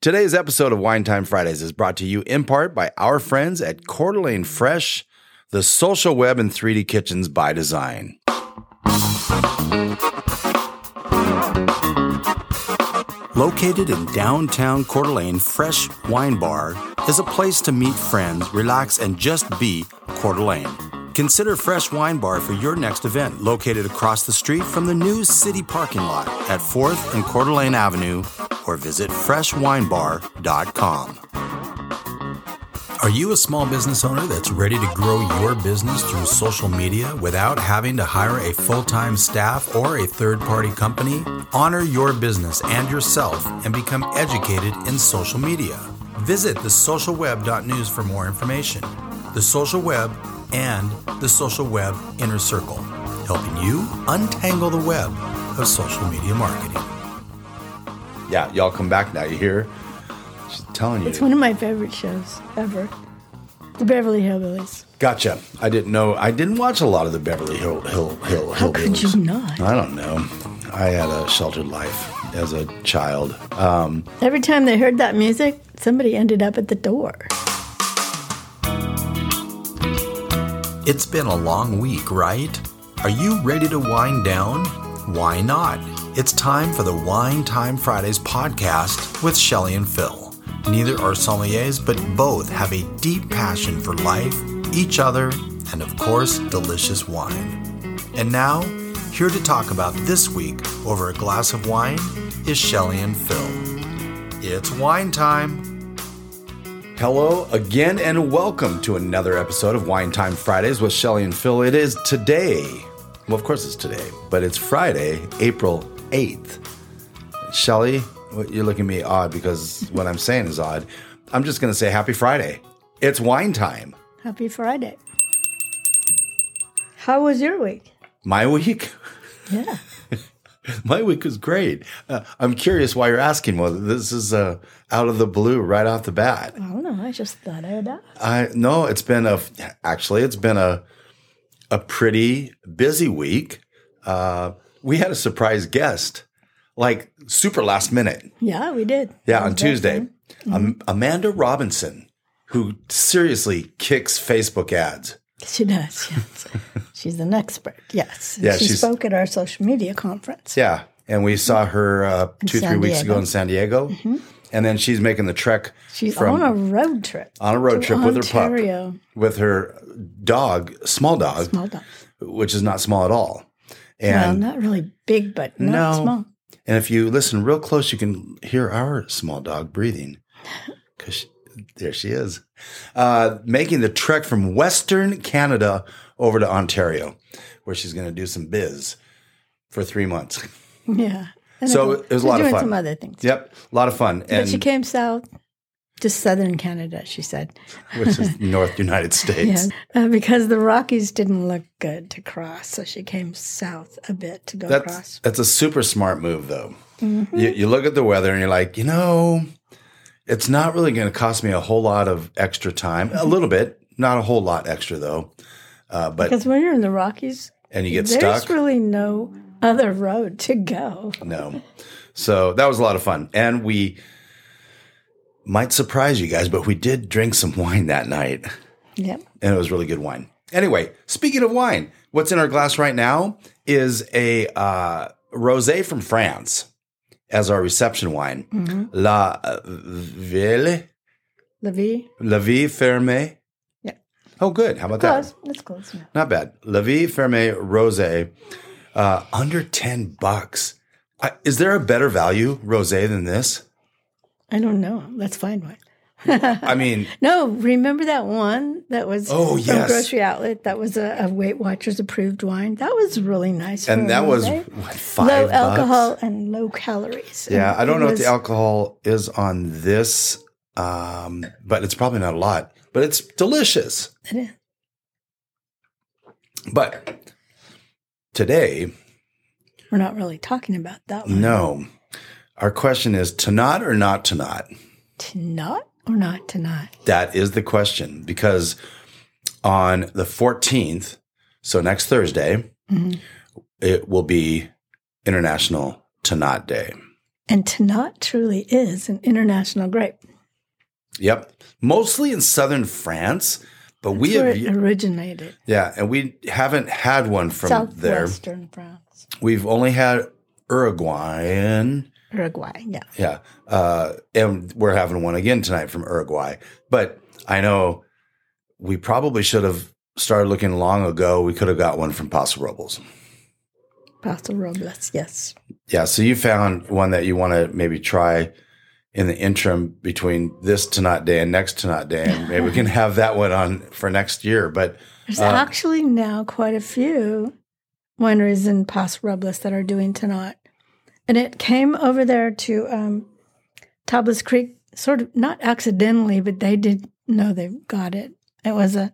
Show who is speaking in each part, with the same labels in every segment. Speaker 1: Today's episode of Wine Time Fridays is brought to you in part by our friends at Coeur d'Alene Fresh, the social web and 3D kitchens by design. Located in downtown Coeur d'Alene, Fresh Wine Bar is a place to meet friends, relax, and just be Coeur d'Alene. Consider Fresh Wine Bar for your next event, located across the street from the new city parking lot at 4th and Coeur d'Alene Avenue, or visit freshwinebar.com. Are you a small business owner that's ready to grow your business through social media without having to hire a full time staff or a third party company? Honor your business and yourself and become educated in social media. Visit thesocialweb.news for more information. The Social Web and the Social Web Inner Circle, helping you untangle the web of social media marketing. Yeah, y'all come back now. You hear? She's telling you.
Speaker 2: It's one of my favorite shows ever. The Beverly Hillbillies.
Speaker 1: Gotcha. I didn't know. I didn't watch a lot of the Beverly Hill Hill Hill.
Speaker 2: How could you
Speaker 1: Hillbillies.
Speaker 2: not?
Speaker 1: I don't know. I had a sheltered life as a child. Um,
Speaker 2: Every time they heard that music, somebody ended up at the door.
Speaker 1: It's been a long week, right? Are you ready to wind down? Why not? It's time for the Wine Time Fridays podcast with Shelly and Phil. Neither are sommeliers, but both have a deep passion for life, each other, and of course, delicious wine. And now, here to talk about this week over a glass of wine is Shelly and Phil. It's wine time. Hello again, and welcome to another episode of Wine Time Fridays with Shelly and Phil. It is today. Well, of course it's today, but it's Friday, April 8th. Shelly, what- you're looking at me odd because what I'm saying is odd. I'm just going to say happy Friday. It's wine time.
Speaker 2: Happy Friday. How was your week?
Speaker 1: My week,
Speaker 2: Yeah.
Speaker 1: my week was great. Uh, I'm curious why you're asking. Well, this is uh, out of the blue right off the bat.
Speaker 2: I don't know. I just thought I would ask.
Speaker 1: I no, it's been a actually it's been a a pretty busy week. Uh, we had a surprise guest, like super last minute.
Speaker 2: Yeah, we did.
Speaker 1: Yeah,
Speaker 2: That
Speaker 1: on
Speaker 2: was very
Speaker 1: Tuesday,
Speaker 2: fun.
Speaker 1: Am- Amanda Robinson, who seriously kicks Facebook ads.
Speaker 2: She does. Yes. she's an expert. Yes.
Speaker 1: Yeah,
Speaker 2: she
Speaker 1: she's-
Speaker 2: spoke at our social media conference.
Speaker 1: Yeah, and we saw her uh, two three
Speaker 2: San
Speaker 1: weeks ago
Speaker 2: Diego. Mm-hmm.
Speaker 1: in San Diego, and then she's making the trek
Speaker 2: She's
Speaker 1: from
Speaker 2: on a road trip.
Speaker 1: on a road
Speaker 2: to
Speaker 1: trip with her pup,
Speaker 2: Ontario.
Speaker 1: with her dog, small dog,
Speaker 2: Small dog.
Speaker 1: which is not small at all.
Speaker 2: Well,
Speaker 1: And
Speaker 2: not really big, but not
Speaker 1: No.
Speaker 2: small.
Speaker 1: And if you listen real close, you can hear our small dog breathing. Because there she is, uh, making the trek from Western Canada over to Ontario, where she's going to do some biz for three months.
Speaker 2: Yeah. And
Speaker 1: So
Speaker 2: I
Speaker 1: it
Speaker 2: think
Speaker 1: was a
Speaker 2: we're
Speaker 1: lot of
Speaker 2: doing
Speaker 1: fun.
Speaker 2: some other things.
Speaker 1: Yep, a lot of fun,
Speaker 2: But
Speaker 1: and
Speaker 2: she came south to southern Canada, she said,
Speaker 1: which is North United States.
Speaker 2: yeah, uh, because the Rockies didn't look good to cross. So she came south a bit to go
Speaker 1: That's
Speaker 2: across.
Speaker 1: that's a super smart move, though.
Speaker 2: Mm-hmm.
Speaker 1: You, you look at the weather and you're like, you know, it's not really going to cost me a whole lot of extra time. A little bit, not a whole lot extra though. Uh, but
Speaker 2: Because when you're in the Rockies,
Speaker 1: and you get
Speaker 2: there's
Speaker 1: stuck.
Speaker 2: really no other road to go.
Speaker 1: No. So that was a lot of fun. And we might surprise you guys, but we did drink some wine that night.
Speaker 2: Yep.
Speaker 1: And it was really good wine. Anyway, speaking of wine, what's in our glass right now is a uh, rosé from France as our reception wine. La uh, Ville,
Speaker 2: Levy.
Speaker 1: La Vie Ferme.
Speaker 2: Yeah.
Speaker 1: Oh, good. How about that?
Speaker 2: Close. That's close. Yeah.
Speaker 1: Not bad. La Vie Ferme Rosé, uh, under 10 bucks. I, is there a better value rosé than this?
Speaker 2: I don't know. Let's find one.
Speaker 1: I mean,
Speaker 2: No, remember that one that was
Speaker 1: Oh,
Speaker 2: from
Speaker 1: yes.
Speaker 2: grocery outlet? That was a, a Weight Watchers approved wine. That was really nice. for
Speaker 1: and
Speaker 2: a
Speaker 1: that was
Speaker 2: Rosé.
Speaker 1: what, five
Speaker 2: low
Speaker 1: bucks?
Speaker 2: alcohol and low calories.
Speaker 1: Yeah,
Speaker 2: And
Speaker 1: I don't
Speaker 2: it
Speaker 1: know
Speaker 2: was-
Speaker 1: what the alcohol is on this, um, but it's probably not a lot. But it's delicious.
Speaker 2: It is.
Speaker 1: But today,
Speaker 2: We're not really talking about that one.
Speaker 1: no. Our question is to not or not to not.
Speaker 2: To not or not to not.
Speaker 1: That is the question because on the 14th, so next Thursday,
Speaker 2: Mhm.
Speaker 1: it will be International Tanat Day.
Speaker 2: And Tanat truly is an international grape.
Speaker 1: Yep. Mostly in southern France, but we
Speaker 2: Where
Speaker 1: have
Speaker 2: it originated,
Speaker 1: yeah, and we haven't had one from there.
Speaker 2: southwestern France,
Speaker 1: We've only had Uruguayan.
Speaker 2: Uruguay. Yeah,
Speaker 1: Yeah. Uh, and we're having one again tonight from Uruguay. But I know we probably should have started looking long ago. We could have got one from Paso Robles.
Speaker 2: Paso Robles. Yes,
Speaker 1: Yeah. So you found one that you want to maybe try in the interim between this tonight day and next tonight day. And maybe we can have that one on for next year. But
Speaker 2: there's
Speaker 1: Uh,
Speaker 2: actually now quite a few wineries in Paso Robles that are doing Tanat, and it came over there to um, Tablas Creek, sort of not accidentally, but they did know they got it. It was a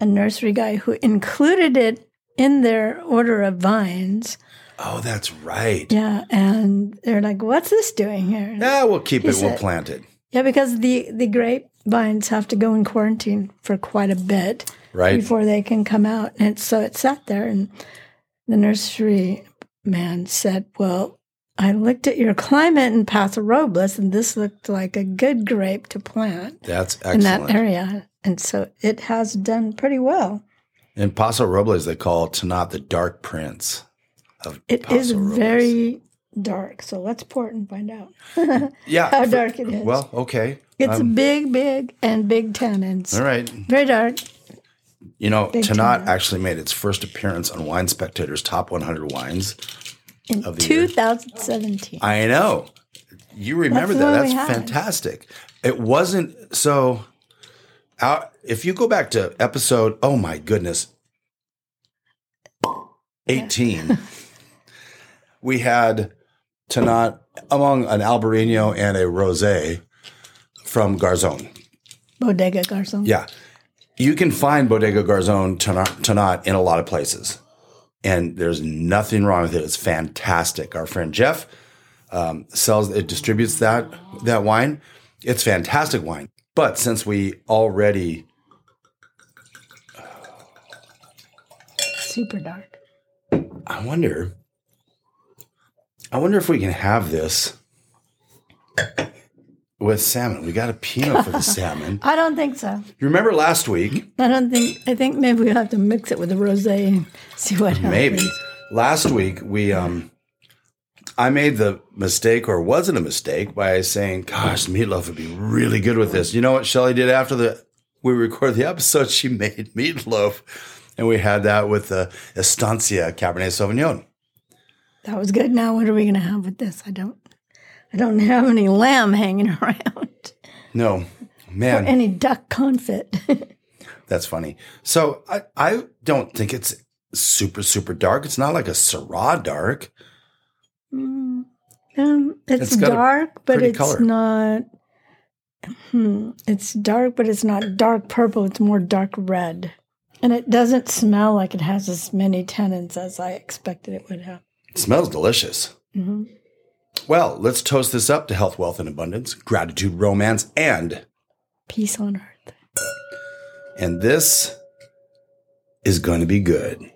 Speaker 2: a nursery guy who included it in their order of vines.
Speaker 1: oh, that's right.
Speaker 2: Yeah, and they're like, "What's this doing here?"
Speaker 1: Yeah, we'll keep
Speaker 2: He
Speaker 1: it. We'll
Speaker 2: said-
Speaker 1: plant it.
Speaker 2: Yeah, because the the grape vines have to go in quarantine for quite a bit
Speaker 1: Right.
Speaker 2: before they can come out, and so it sat there. And the nursery man said, "Well, I looked at your climate in Paso Robles, and this looked like a good grape to plant
Speaker 1: That's
Speaker 2: in that
Speaker 1: excellent.
Speaker 2: area." And so it has done pretty well.
Speaker 1: In Paso Robles, they call Tanat the Dark Prince of
Speaker 2: It is
Speaker 1: Paso Robles.
Speaker 2: very dark, so let's pour it and find out
Speaker 1: yeah,
Speaker 2: how
Speaker 1: for-
Speaker 2: dark it is.
Speaker 1: Well, okay.
Speaker 2: It's
Speaker 1: Um,
Speaker 2: big, big, and big tannins.
Speaker 1: all right.
Speaker 2: Very dark.
Speaker 1: You know,
Speaker 2: Big
Speaker 1: Tanat
Speaker 2: Tanat.
Speaker 1: actually made its first appearance on Wine Spectator's Top 100 Wines.
Speaker 2: in
Speaker 1: the year.
Speaker 2: 2017.
Speaker 1: I know. You remember
Speaker 2: That's the one
Speaker 1: that.
Speaker 2: we
Speaker 1: That's
Speaker 2: had.
Speaker 1: fantastic. It wasn't so out if you go back to episode, oh my goodness. 18. we had Tanat among an Albarino and a Rosé from Garzon.
Speaker 2: Bodega Garzon.
Speaker 1: Yeah. You can find Bodega Garzon Tanat Tanat in a lot of places. And there's nothing wrong with it. It's fantastic. Our friend Jeff um, sells it, distributes that that wine. It's fantastic wine. But since we already
Speaker 2: Super dark.
Speaker 1: I wonder I wonder if we can have this with salmon. We got a peanut for the salmon.
Speaker 2: I don't think so.
Speaker 1: You remember last week?
Speaker 2: I don't think. I think maybe we'll have to mix it with the rosé and see what happens.
Speaker 1: Maybe. Last week we um I made the mistake or wasn't a mistake by saying, gosh, meatloaf would be really good with this. You know what Shelly did after the we recorded the episode? She made meatloaf and we had that with the Estancia Cabernet Sauvignon.
Speaker 2: That was good. Now what are we going to have with this? I don't. I don't have any lamb hanging around
Speaker 1: No. Man,
Speaker 2: any duck confit.
Speaker 1: that's funny. So I, I don't think it's super, super dark. It's not like a Syrah dark.
Speaker 2: Mm, um, it's,
Speaker 1: It's got a
Speaker 2: dark, but
Speaker 1: pretty
Speaker 2: it's
Speaker 1: color.
Speaker 2: not. Hmm, it's dark, but it's not dark purple. It's more dark red, and it doesn't smell like it has as many tannins as I expected it would have.
Speaker 1: It smells delicious.
Speaker 2: hmm
Speaker 1: Well, let's toast this up to health, wealth, and abundance, gratitude, romance, and
Speaker 2: Peace on earth.
Speaker 1: and this is going to be good.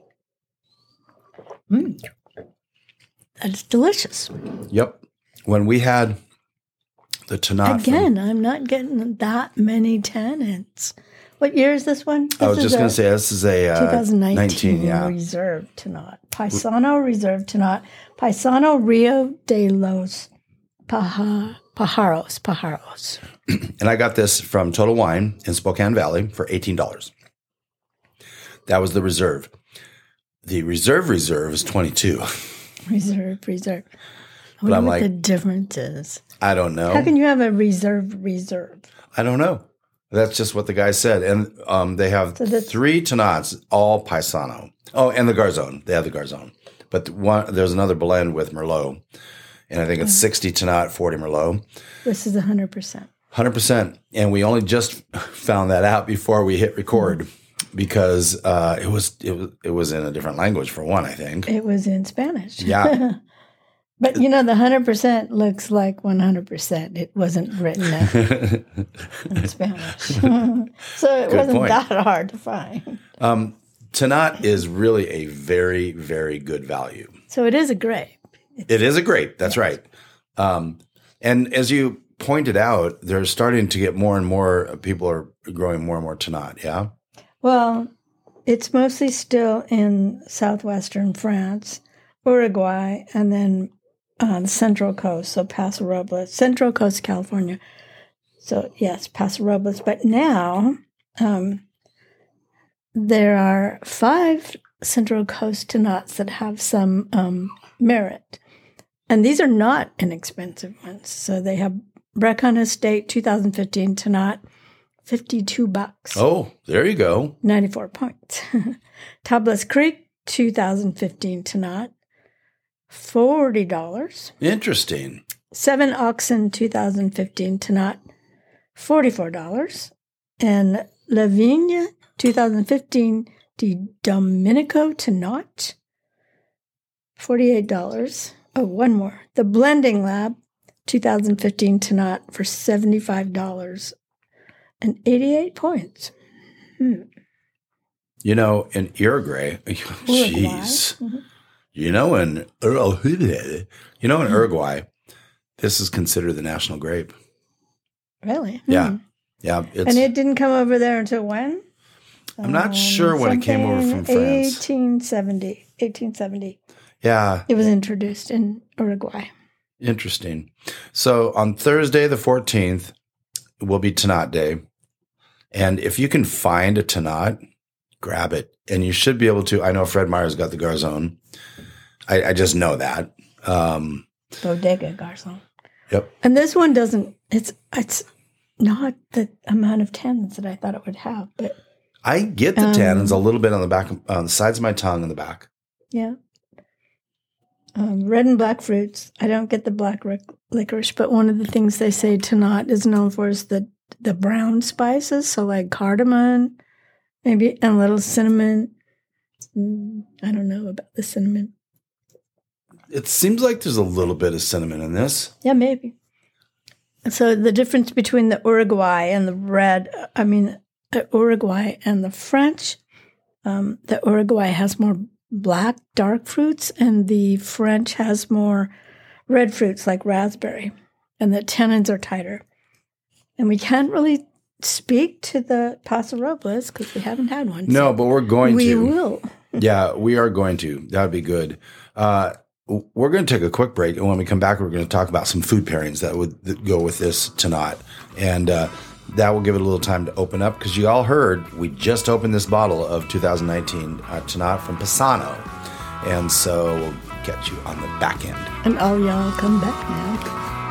Speaker 2: That's delicious.
Speaker 1: Yep. When we had the Tanat
Speaker 2: Again, I'm not getting that many tannins. What year is this one? This
Speaker 1: I was
Speaker 2: is
Speaker 1: just going
Speaker 2: a
Speaker 1: to say this is a uh,
Speaker 2: 2019
Speaker 1: 19, yeah.
Speaker 2: Reserve Tanat. Paisano Reserve Tanat. Paisano Rio de los Paja, Pajaros. Pajaros.
Speaker 1: And I got this from Total Wine in Spokane Valley for eighteen dollars. That was the reserve. The reserve reserve is twenty two.
Speaker 2: Reserve, reserve. I
Speaker 1: But
Speaker 2: wonder
Speaker 1: I'm
Speaker 2: what
Speaker 1: like- oh.
Speaker 2: the difference is.
Speaker 1: I don't know.
Speaker 2: How can you have a reserve reserve?
Speaker 1: I don't know. That's just what the guy said. And um, they have
Speaker 2: So that's-
Speaker 1: three Tanats, all Paisano. Oh, and the Garzon. They have the Garzon. But the one, there's another blend with Merlot. And I think it's 60 Tanat, 40 Merlot.
Speaker 2: This is 100%.
Speaker 1: 100%. And we only just found that out before we hit record because uh, it, was, it was it was in a different language for one, I think.
Speaker 2: It was in Spanish.
Speaker 1: Yeah.
Speaker 2: but you know, the 100% looks like 100%. It wasn't written out in Spanish. so it wasn't
Speaker 1: point.
Speaker 2: that hard to find.
Speaker 1: Tanat is really a very, very good value.
Speaker 2: So it is a grape.
Speaker 1: It is a grape. That's right.
Speaker 3: Um, and as you pointed out, they're starting to get more and more uh, people are growing more and more Tanat. Yeah.
Speaker 2: Well, it's mostly still in southwestern France, Uruguay, and then uh, the central coast, so Paso Robles, central coast California. So, yes, Paso Robles. But now um, there are five central coast Tenots that have some um, merit. And these are not inexpensive ones. So they have Brecon Estate 2015 Tenot, 52 bucks.
Speaker 3: Oh, there you go.
Speaker 2: 94 points. Tablas Creek, 2015 Tanat, $40.
Speaker 3: Interesting.
Speaker 2: Seven Oxen, 2015 Tanat, $44. And La Vigne, 2015 Di Domenico Tanat, $48. Oh, one more. The Blending Lab, 2015 Tanat, for $75 and 88 points.
Speaker 3: You know, in Uruguay,
Speaker 2: Uruguay.
Speaker 3: jeez.
Speaker 2: Mhm.
Speaker 3: You know, in Uruguay- you
Speaker 2: Mm-hmm.
Speaker 3: know, in Uruguay, this is considered the national grape.
Speaker 2: Really?
Speaker 3: Yeah,
Speaker 2: Hmm.
Speaker 3: yeah. It's,
Speaker 2: And it didn't come over there until when? Um,
Speaker 3: I'm not sure when it came over
Speaker 2: something
Speaker 3: from France.
Speaker 2: 1870. 1870.
Speaker 3: yeah,
Speaker 2: It was introduced in Uruguay.
Speaker 3: interesting. So on Thursday the 14th will be Tanat Day, and if you can find a Tanat, grab it, and you should be able to. I know Fred Meyer's got the Garzone. I, I just know that. Um,
Speaker 2: Bodega Garzon.
Speaker 3: Yep.
Speaker 2: And this one doesn't, it's, it's not the amount of tannins that I thought it would have, but
Speaker 3: I get the
Speaker 2: Um,
Speaker 3: tannins a little bit on the back, of- on the sides of my tongue in the back.
Speaker 2: yeah. Um, red and black fruits. I don't get the black ric- licorice, but one of the things they say Tanat is known for is the, the brown spices. So, like cardamom, maybe, and a little cinnamon. Mm, I don't know about the cinnamon.
Speaker 3: It seems like there's a little bit of cinnamon in this.
Speaker 2: Yeah, maybe. So the difference between the Uruguay and the red, I mean, the Uruguay and the French, um, the Uruguay has more black, dark fruits, and the French has more red fruits like raspberry, and the tannins are tighter. And we can't really speak to the Paso Robles because we haven't had one.
Speaker 3: No, but we're going
Speaker 2: we
Speaker 3: to.
Speaker 2: will.
Speaker 3: Yeah, we are going to. That would be good. Uh, w- we're going to take a quick break, and when we come back, we're going to talk about some food pairings that would that go with this tonight, and uh, that will give it a little time to open up because you all heard we just opened this bottle of 2019 uh, tonight from Pisano, and so we'll catch you on the back end.
Speaker 2: And all y'all come back now.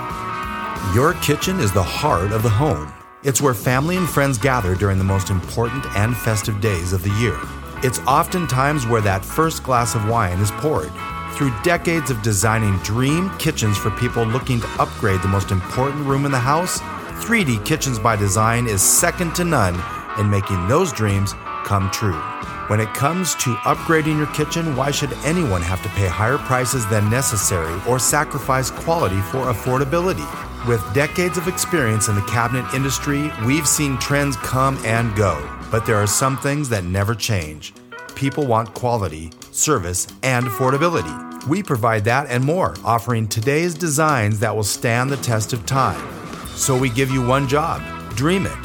Speaker 1: Your kitchen is the heart of the home. It's where family and friends gather during the most important and festive days of the year. It's oftentimes where that first glass of wine is poured. Through decades of designing dream kitchens for people looking to upgrade the most important room in the house, 3D Kitchens by Design is second to none in making those dreams come true. When it comes to upgrading your kitchen, why should anyone have to pay higher prices than necessary or sacrifice quality for affordability? With decades of experience in the cabinet industry, we've seen trends come and go, but there are some things that never change. People want quality, service, and affordability. We provide that and more, offering today's designs that will stand the test of time. So we give you one job dream it.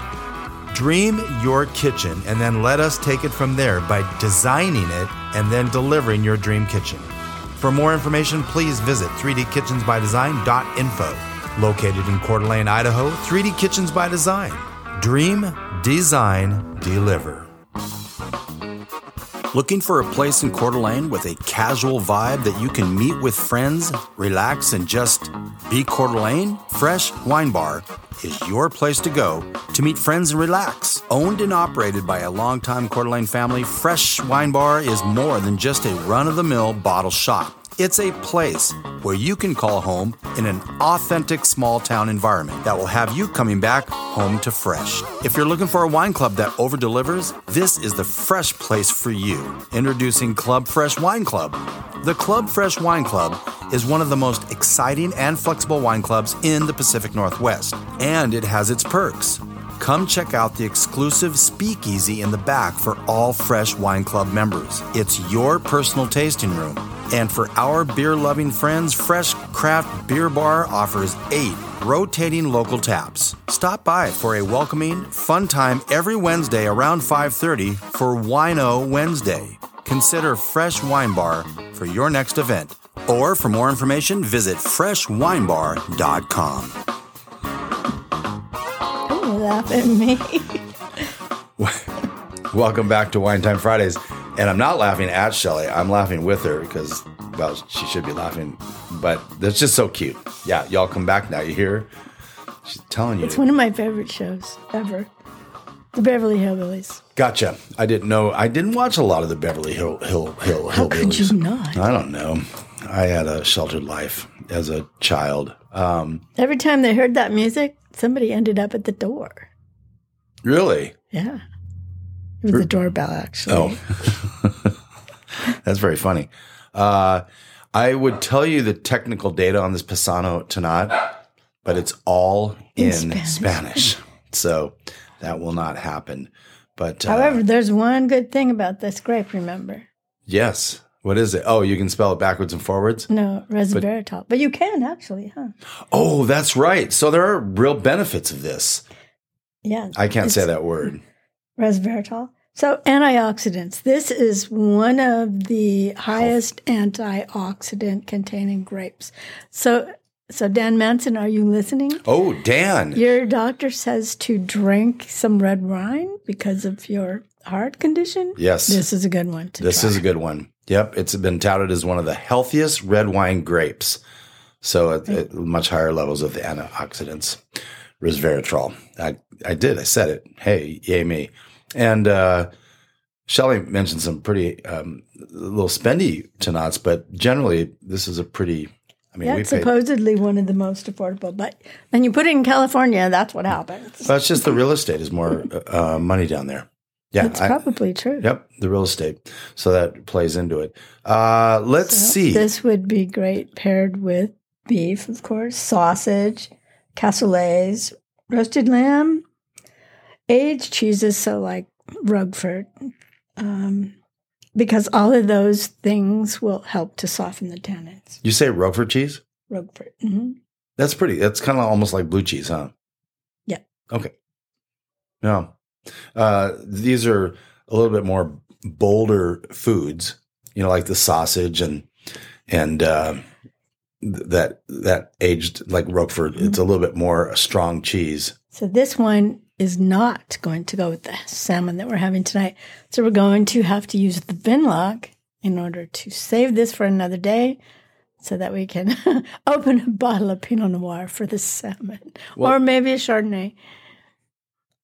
Speaker 1: Dream your kitchen and then let us take it from there by designing it and then delivering your dream kitchen. For more information, please visit 3dkitchensbydesign.info. Located in Coeur d'Alene, Idaho, 3D Kitchens by Design. Dream, design, deliver. Looking for a place in Coeur d'Alene with a casual vibe that you can meet with friends, relax, and just be Coeur d'Alene? Fresh Wine Bar is your place to go to meet friends and relax. Owned and operated by a longtime Coeur d'Alene family, Fresh Wine Bar is more than just a run of the mill bottle shop. It's a place where you can call home in an authentic small town environment that will have you coming back home to fresh. If you're looking for a wine club that over delivers, this is the fresh place for you. Introducing Club Fresh Wine Club. The Club Fresh Wine Club is one of the most exciting and flexible wine clubs in the Pacific Northwest, and it has its perks. Come check out the exclusive speakeasy in the back for all Fresh Wine Club members. It's your personal tasting room And for our beer loving friends, Fresh Craft Beer Bar offers eight rotating local taps. Stop by for a welcoming, fun time every Wednesday around 5:30 for Wino Wednesday. Consider Fresh Wine Bar for your next event. Or for more information, visit freshwinebar.com.
Speaker 2: Don't laugh at me.
Speaker 3: Welcome back to Wine Time Fridays. And I'm not laughing at Shelly. I'm laughing with her because, well, she should be laughing. But that's just so cute. Yeah, y'all come back now. You hear? She's telling you.
Speaker 2: It's one of my favorite shows ever. The Beverly Hillbillies.
Speaker 3: gotcha. I didn't know. I didn't watch a lot of the Beverly Hill Hill Hill
Speaker 2: How could
Speaker 3: Hillbillies.
Speaker 2: you not?
Speaker 3: I don't know. I had a sheltered life as a child. Um,
Speaker 2: Every time they heard that music, somebody ended up at the door.
Speaker 3: really?
Speaker 2: Yeah. It was the doorbell, actually.
Speaker 3: Oh, that's very funny. Uh, I would tell you the technical data on this Pisano Tanat, but it's all in,
Speaker 2: Spanish.
Speaker 3: Spanish. so that will not happen. But uh,
Speaker 2: However, there's one good thing about this grape, remember?
Speaker 3: yes, what is it? Oh, you can spell it backwards and forwards.
Speaker 2: No, resveratrol. But you can, actually, huh?
Speaker 3: Oh, that's right. So there are real benefits of this.
Speaker 2: Yeah.
Speaker 3: I can't say
Speaker 2: it's
Speaker 3: that word.
Speaker 2: Resveratrol. So, antioxidants. This is one of the highest antioxidant containing grapes. So, so Dan Manson, are you listening?
Speaker 3: Oh, Dan.
Speaker 2: Your doctor says to drink some red wine because of your heart condition.
Speaker 3: Yes.
Speaker 2: This is a good one to
Speaker 3: This
Speaker 2: try.
Speaker 3: is a good one. Yep, it's been touted as one of the healthiest red wine grapes. So at, at much higher levels of the antioxidants, resveratrol. I, I did. I said it. Hey, yay me. And uh, Shelly mentioned some pretty um, little spendy tenots, but generally this is a pretty. I mean,
Speaker 2: yeah,
Speaker 3: we
Speaker 2: it's
Speaker 3: paid.
Speaker 2: supposedly one of the most affordable, but when you put it in California, that's what happens.
Speaker 3: That's just the real estate is more uh, money down there. Yeah,
Speaker 2: That's
Speaker 3: I-
Speaker 2: probably true.
Speaker 3: yep, the real estate. So that plays into it. Uh, let's see.
Speaker 2: This would be great paired with beef, of course, sausage, cassoulets, roasted lamb, aged cheeses, so like Roquefort, um, because all of those things will help to soften the tannins.
Speaker 3: you say Roquefort cheese?
Speaker 2: Roquefort. hmm
Speaker 3: That's pretty. That's kind of almost like blue cheese, huh?
Speaker 2: Yeah.
Speaker 3: Okay. No, uh, these are a little bit more bolder foods. You know, like the sausage and and uh, th- that that aged like Roquefort. It's a little bit more a strong cheese.
Speaker 2: So this one is not going to go with the salmon that we're having tonight. So we're going to have to use the vinlock in order to save this for another day so that we can open a bottle of Pinot Noir for the salmon or maybe a Chardonnay.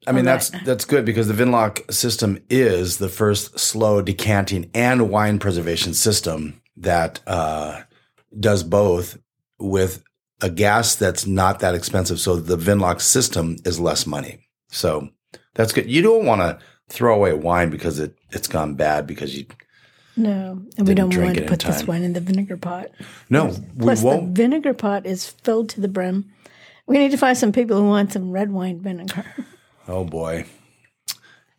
Speaker 3: I mean,
Speaker 2: All right.
Speaker 3: that's that's good because the Vinlock system is the first slow decanting and wine preservation system that uh, does both with a gas that's not that expensive. So the Vinlock system is less money. So that's good. You don't want to throw away wine because it it's gone bad because you
Speaker 2: No, and we
Speaker 3: Didn't
Speaker 2: don't
Speaker 3: drink
Speaker 2: want
Speaker 3: it
Speaker 2: to
Speaker 3: in
Speaker 2: put this
Speaker 3: time.
Speaker 2: one in the vinegar pot.
Speaker 3: no we
Speaker 2: Plus, the
Speaker 3: won't.
Speaker 2: vinegar pot is filled to the brim. We need to find some people who want some red wine vinegar.
Speaker 3: oh boy.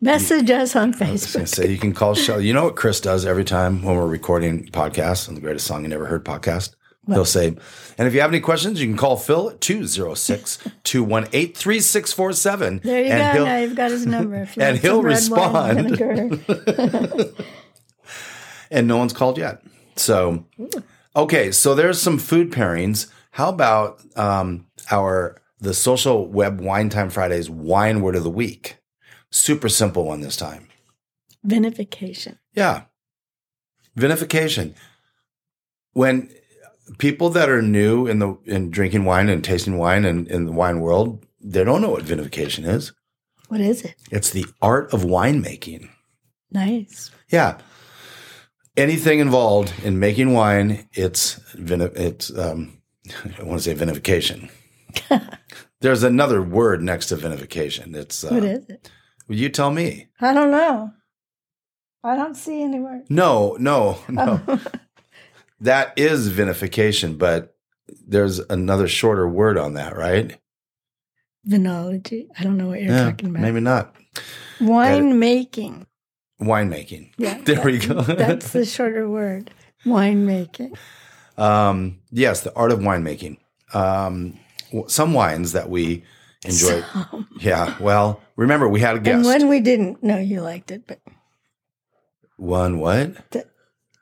Speaker 2: Message us on
Speaker 3: I was gonna
Speaker 2: Facebook.
Speaker 3: say you can call Shelly. You know what Chris does every time when we're recording podcasts on the Greatest Song You Never Heard podcast? He'll say, and if you have any questions, you can call Phil at 206 218 3647.
Speaker 2: There you
Speaker 3: and
Speaker 2: go.
Speaker 3: he'll-
Speaker 2: Now you've got his number. If you
Speaker 3: and
Speaker 2: want
Speaker 3: he'll
Speaker 2: some red wine
Speaker 3: respond.
Speaker 2: vinegar.
Speaker 3: and no one's called yet. So, okay, so there's some food pairings. How about um, our the social web Wine Time Fridays wine word of the week? Super simple one this time.
Speaker 2: Vinification.
Speaker 3: Yeah. Vinification. When people that are new in the in drinking wine and tasting wine and in the wine world, they don't know what vinification is.
Speaker 2: What is it?
Speaker 3: It's the art of winemaking.
Speaker 2: Nice.
Speaker 3: Yeah. Anything involved in making wine, it's vin- it's um, I want to say vinification. There's another word next to vinification. It's uh,
Speaker 2: What is it?
Speaker 3: you tell me.
Speaker 2: I don't know. I don't see any word.
Speaker 3: No, no, no.
Speaker 2: Oh.
Speaker 3: that is vinification, but there's another shorter word on that, right?
Speaker 2: Vinology. I don't know what you're
Speaker 3: Yeah,
Speaker 2: talking about.
Speaker 3: maybe not.
Speaker 2: Wine making.
Speaker 3: Winemaking.
Speaker 2: Yeah.
Speaker 3: There we go.
Speaker 2: That's the shorter word. winemaking.
Speaker 3: Um, yes, the art of winemaking. Um, w- some wines that we enjoy. Yeah. Well, remember we had a
Speaker 2: And
Speaker 3: guest.
Speaker 2: when we didn't, no, you liked it, but
Speaker 3: one what?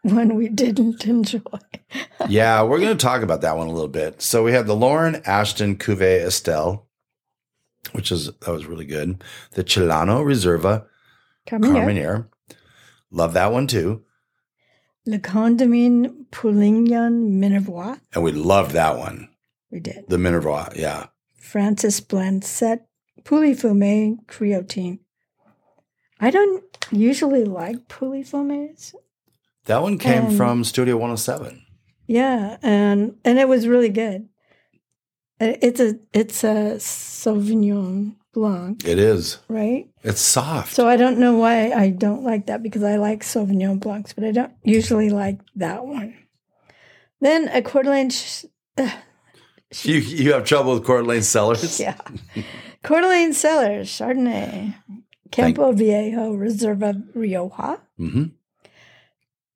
Speaker 2: when we didn't enjoy,
Speaker 3: yeah, we're going to talk about that one a little bit. So we had the Lauren Ashton Cuvée Estelle, which is that was really good. The Chilano Reserva
Speaker 2: coming up,
Speaker 3: Carmenere, love that one too,
Speaker 2: Le Condamine Poulignon Minervois,
Speaker 3: and we loved that one.
Speaker 2: we did.
Speaker 3: The Minerva, yeah,
Speaker 2: Francis Blancet Poulet Fumé Creotine. I don't usually like Poulet Fumés.
Speaker 3: that one came
Speaker 2: Um,
Speaker 3: from Studio One Hundred Seven.
Speaker 2: Yeah, and and it was really good. It- It's a it's a Sauvignon Blanc,
Speaker 3: It is.
Speaker 2: right?
Speaker 3: It's soft.
Speaker 2: So I don't know why I don't like that because I like Sauvignon Blancs, but I don't usually like that one. Then a Coeur d'Alene, sh-
Speaker 3: you you have trouble with Court Lane Cellars.
Speaker 2: yeah, Coeur d'Alene Cellar Chardonnay, Campo Viejo Reserva Rioja,
Speaker 3: hmm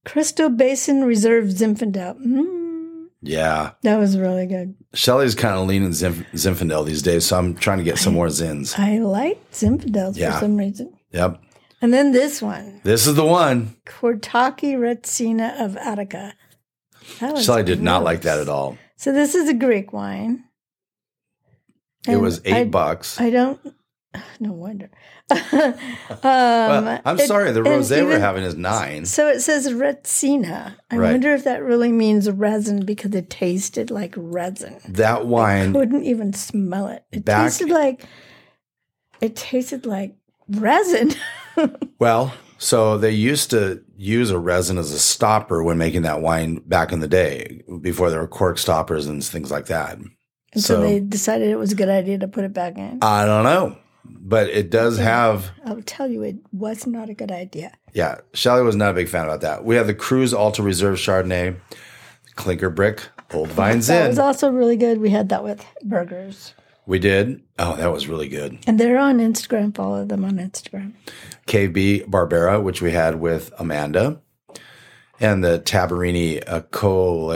Speaker 2: Crystal Basin Reserve Zinfandel. Mm,
Speaker 3: Yeah.
Speaker 2: that was really good.
Speaker 3: Shelly's kind of leaning Zinf- Zinfandel these days, so I'm trying to get some more Zins.
Speaker 2: I like Zinfandels
Speaker 3: Yeah.
Speaker 2: for some reason.
Speaker 3: Yep.
Speaker 2: And then this one,
Speaker 3: This is the one.
Speaker 2: Kortaki Retsina of Attica. That was
Speaker 3: Shelly did not like
Speaker 2: gross.
Speaker 3: that at all.
Speaker 2: So this is a Greek wine.
Speaker 3: It
Speaker 2: And
Speaker 3: was eight
Speaker 2: I- um,
Speaker 3: bucks.
Speaker 2: I don't. No wonder. um,
Speaker 3: well, I'm
Speaker 2: it-
Speaker 3: sorry, the
Speaker 2: and
Speaker 3: rose we're
Speaker 2: even-
Speaker 3: having is nine.
Speaker 2: So it says retsina. I
Speaker 3: Right.
Speaker 2: wonder if that really means resin because it tasted like resin.
Speaker 3: That wine,
Speaker 2: Couldn't even smell it. It
Speaker 3: Back-
Speaker 2: tasted like. It tasted like resin.
Speaker 3: well, so they used to use a resin as a stopper when making that wine back in the day, before there were cork stoppers and things like that.
Speaker 2: And so,
Speaker 3: So-
Speaker 2: they decided it was a good idea to put it back in.
Speaker 3: I don't know, but it does have
Speaker 2: I'll tell you, it was not a good idea.
Speaker 3: Yeah, Shelly was not a big fan about that. We have the Cruise Alta Reserve Chardonnay, Clinker Brick, Old Vine
Speaker 2: That was
Speaker 3: Zin.
Speaker 2: also really good. We had that with burgers.
Speaker 3: We did. Oh, that was really good.
Speaker 2: And they're on Instagram. Follow them on Instagram.
Speaker 3: KB Barbera, which we had with Amanda, and the Tabarini Acole.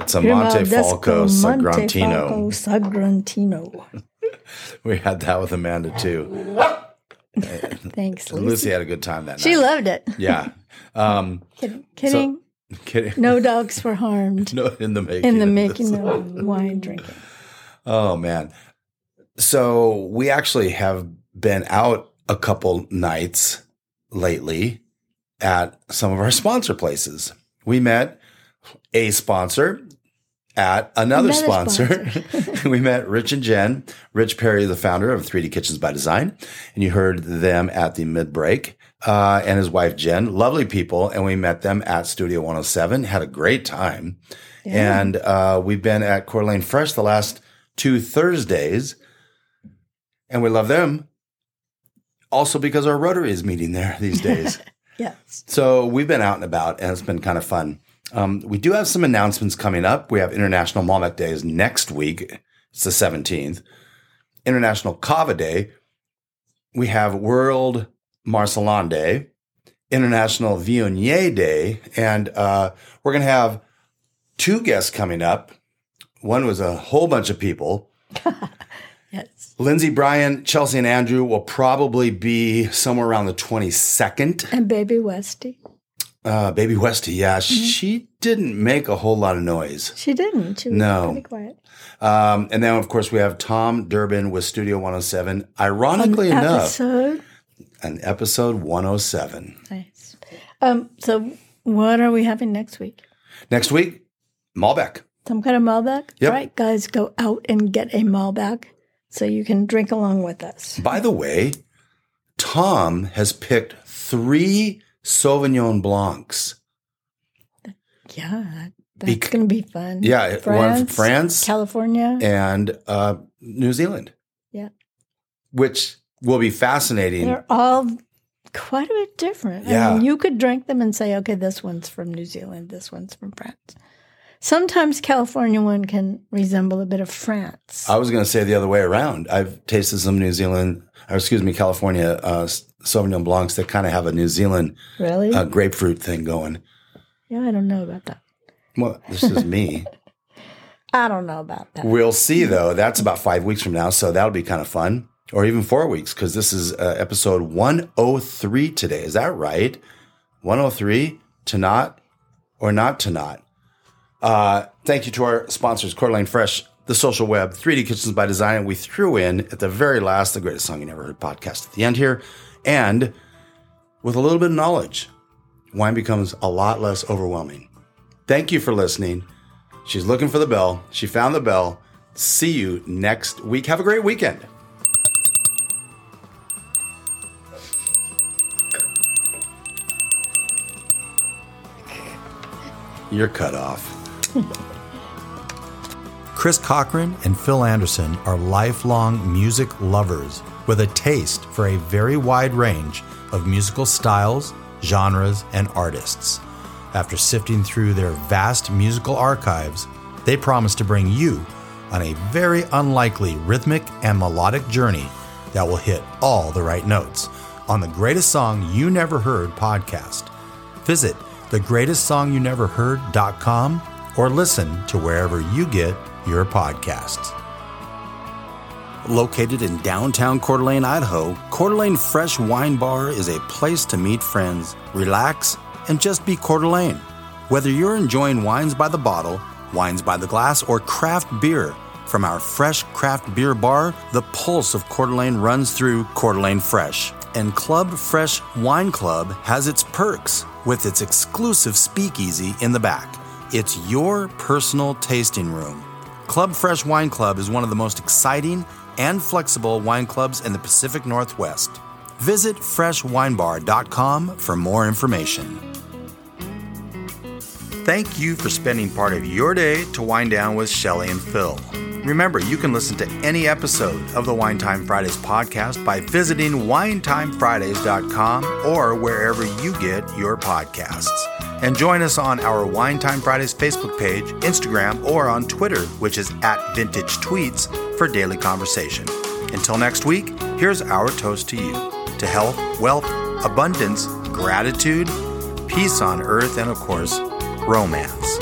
Speaker 3: It's a Monte Falco Sagrantino.
Speaker 2: Sagrantino.
Speaker 3: We had that with Amanda too.
Speaker 2: Thanks, Lucy.
Speaker 3: Lucy had a good time that
Speaker 2: She
Speaker 3: night.
Speaker 2: loved it.
Speaker 3: yeah. Um,
Speaker 2: Kidding. Kidding.
Speaker 3: kidding.
Speaker 2: no dogs were harmed
Speaker 3: No, in the making.
Speaker 2: in the
Speaker 3: of this.
Speaker 2: making of wine drinking.
Speaker 3: Oh man. So we actually have been out a couple nights lately at some of our sponsor places. We met a sponsor at another,
Speaker 2: Another
Speaker 3: sponsor. we met Rich and Jen, Rich Perry, the founder of 3D Kitchens by Design, and you heard them at the mid break. Uh, and his wife Jen, lovely people, and we met them at Studio 107. Had a great time. And uh, we've been at Coeur d'Alene Fresh the last two Thursdays, and we love them. Also, because our Rotary is meeting there these days.
Speaker 2: Yes.
Speaker 3: so we've been out and about, and it's been kind of fun. Um, we do have some announcements coming up. We have International Malbec Days next week. It's the 17th. International Cava Day. We have World Marcelin Day, International Viognier Day, and uh, we're going to have two guests coming up. One was a whole bunch of people.
Speaker 2: Yes.
Speaker 3: Lindsay, Brian, Chelsea, and Andrew will probably be somewhere around the 22nd.
Speaker 2: And baby Westy.
Speaker 3: Uh, Baby Westy, yeah,
Speaker 2: Mm-hmm.
Speaker 3: she didn't make a whole lot of noise.
Speaker 2: She didn't. She was
Speaker 3: No.
Speaker 2: pretty quiet.
Speaker 3: Um, and then, of course, we have Tom Durbin with Studio 107. Ironically enough,
Speaker 2: Um, Episode.
Speaker 3: an episode 107.
Speaker 2: Nice. Um, so what are we having next week?
Speaker 3: Next week, Malbec.
Speaker 2: Some kind of Malbec?
Speaker 3: Yep.
Speaker 2: Right, guys, go out and get a Malbec so you can drink along with us.
Speaker 3: By the way, Tom has picked three Sauvignon Blancs.
Speaker 2: Yeah, that- that's
Speaker 3: Bec-
Speaker 2: going to be fun.
Speaker 3: Yeah, one from France
Speaker 2: California.
Speaker 3: and uh, New Zealand.
Speaker 2: Yeah.
Speaker 3: Which will be fascinating.
Speaker 2: They're all quite a bit different. I
Speaker 3: Yeah.
Speaker 2: mean, you could drink them and say, okay, this one's from New Zealand, this one's from France. Sometimes California one can resemble a bit of France.
Speaker 3: I was going to say the other way around. I've tasted some New Zealand, or excuse me, California uh, Sauvignon Blancs that kind of have a New Zealand
Speaker 2: really?
Speaker 3: uh, grapefruit thing going.
Speaker 2: Yeah, I don't know about that.
Speaker 4: Well, this is me.
Speaker 2: I don't know about that.
Speaker 4: We'll see, though. That's about five weeks from now, so that'll be kind of fun, or even four weeks, because this is uh, episode 103 today. Is that right? 103 to not or not to not. Uh, thank you to our sponsors, Coeur d'Alene Fresh, The Social Web, 3D Kitchens by Design. And we threw in at the very last the greatest song you never heard podcast at the end here, and with a little bit of knowledge, wine becomes a lot less overwhelming. Thank you for listening. She's looking for the bell. She found the bell. See you next week. Have a great weekend. You're cut off.
Speaker 3: Chris Cochran and Phil Anderson are lifelong music lovers with a taste for a very wide range of musical styles, genres, and artists. After sifting through their vast musical archives, they promise to bring you on a very unlikely rhythmic and melodic journey that will hit all the right notes on the Greatest Song You Never Heard podcast. Visit thegreatestsongyouneverheard.com or listen to wherever you get your podcasts. Located in downtown Coeur d'Alene, Idaho, Coeur d'Alene Fresh Wine Bar is a place to meet friends, relax, and just be Coeur d'Alene. Whether you're enjoying wines by the bottle, wines by the glass, or craft beer, from our fresh craft beer bar, the pulse of Coeur d'Alene runs through Coeur d'Alene Fresh. And Club Fresh Wine Club has its perks with its exclusive speakeasy in the back. It's your personal tasting room. Club Fresh Wine Club is one of the most exciting and flexible wine clubs in the Pacific Northwest. Visit freshwinebar.com for more information. Thank you for spending part of your day to wind down with Shelly and Phil. Remember, you can listen to any episode of the Wine Time Fridays podcast by visiting winetimefridays.com or wherever you get your podcasts. And join us on our Wine Time Fridays Facebook page, Instagram, or on Twitter, which is at Vintage Tweets, for daily conversation. Until next week, here's our toast to you to health, wealth, abundance, gratitude, peace on earth, and of course, romance.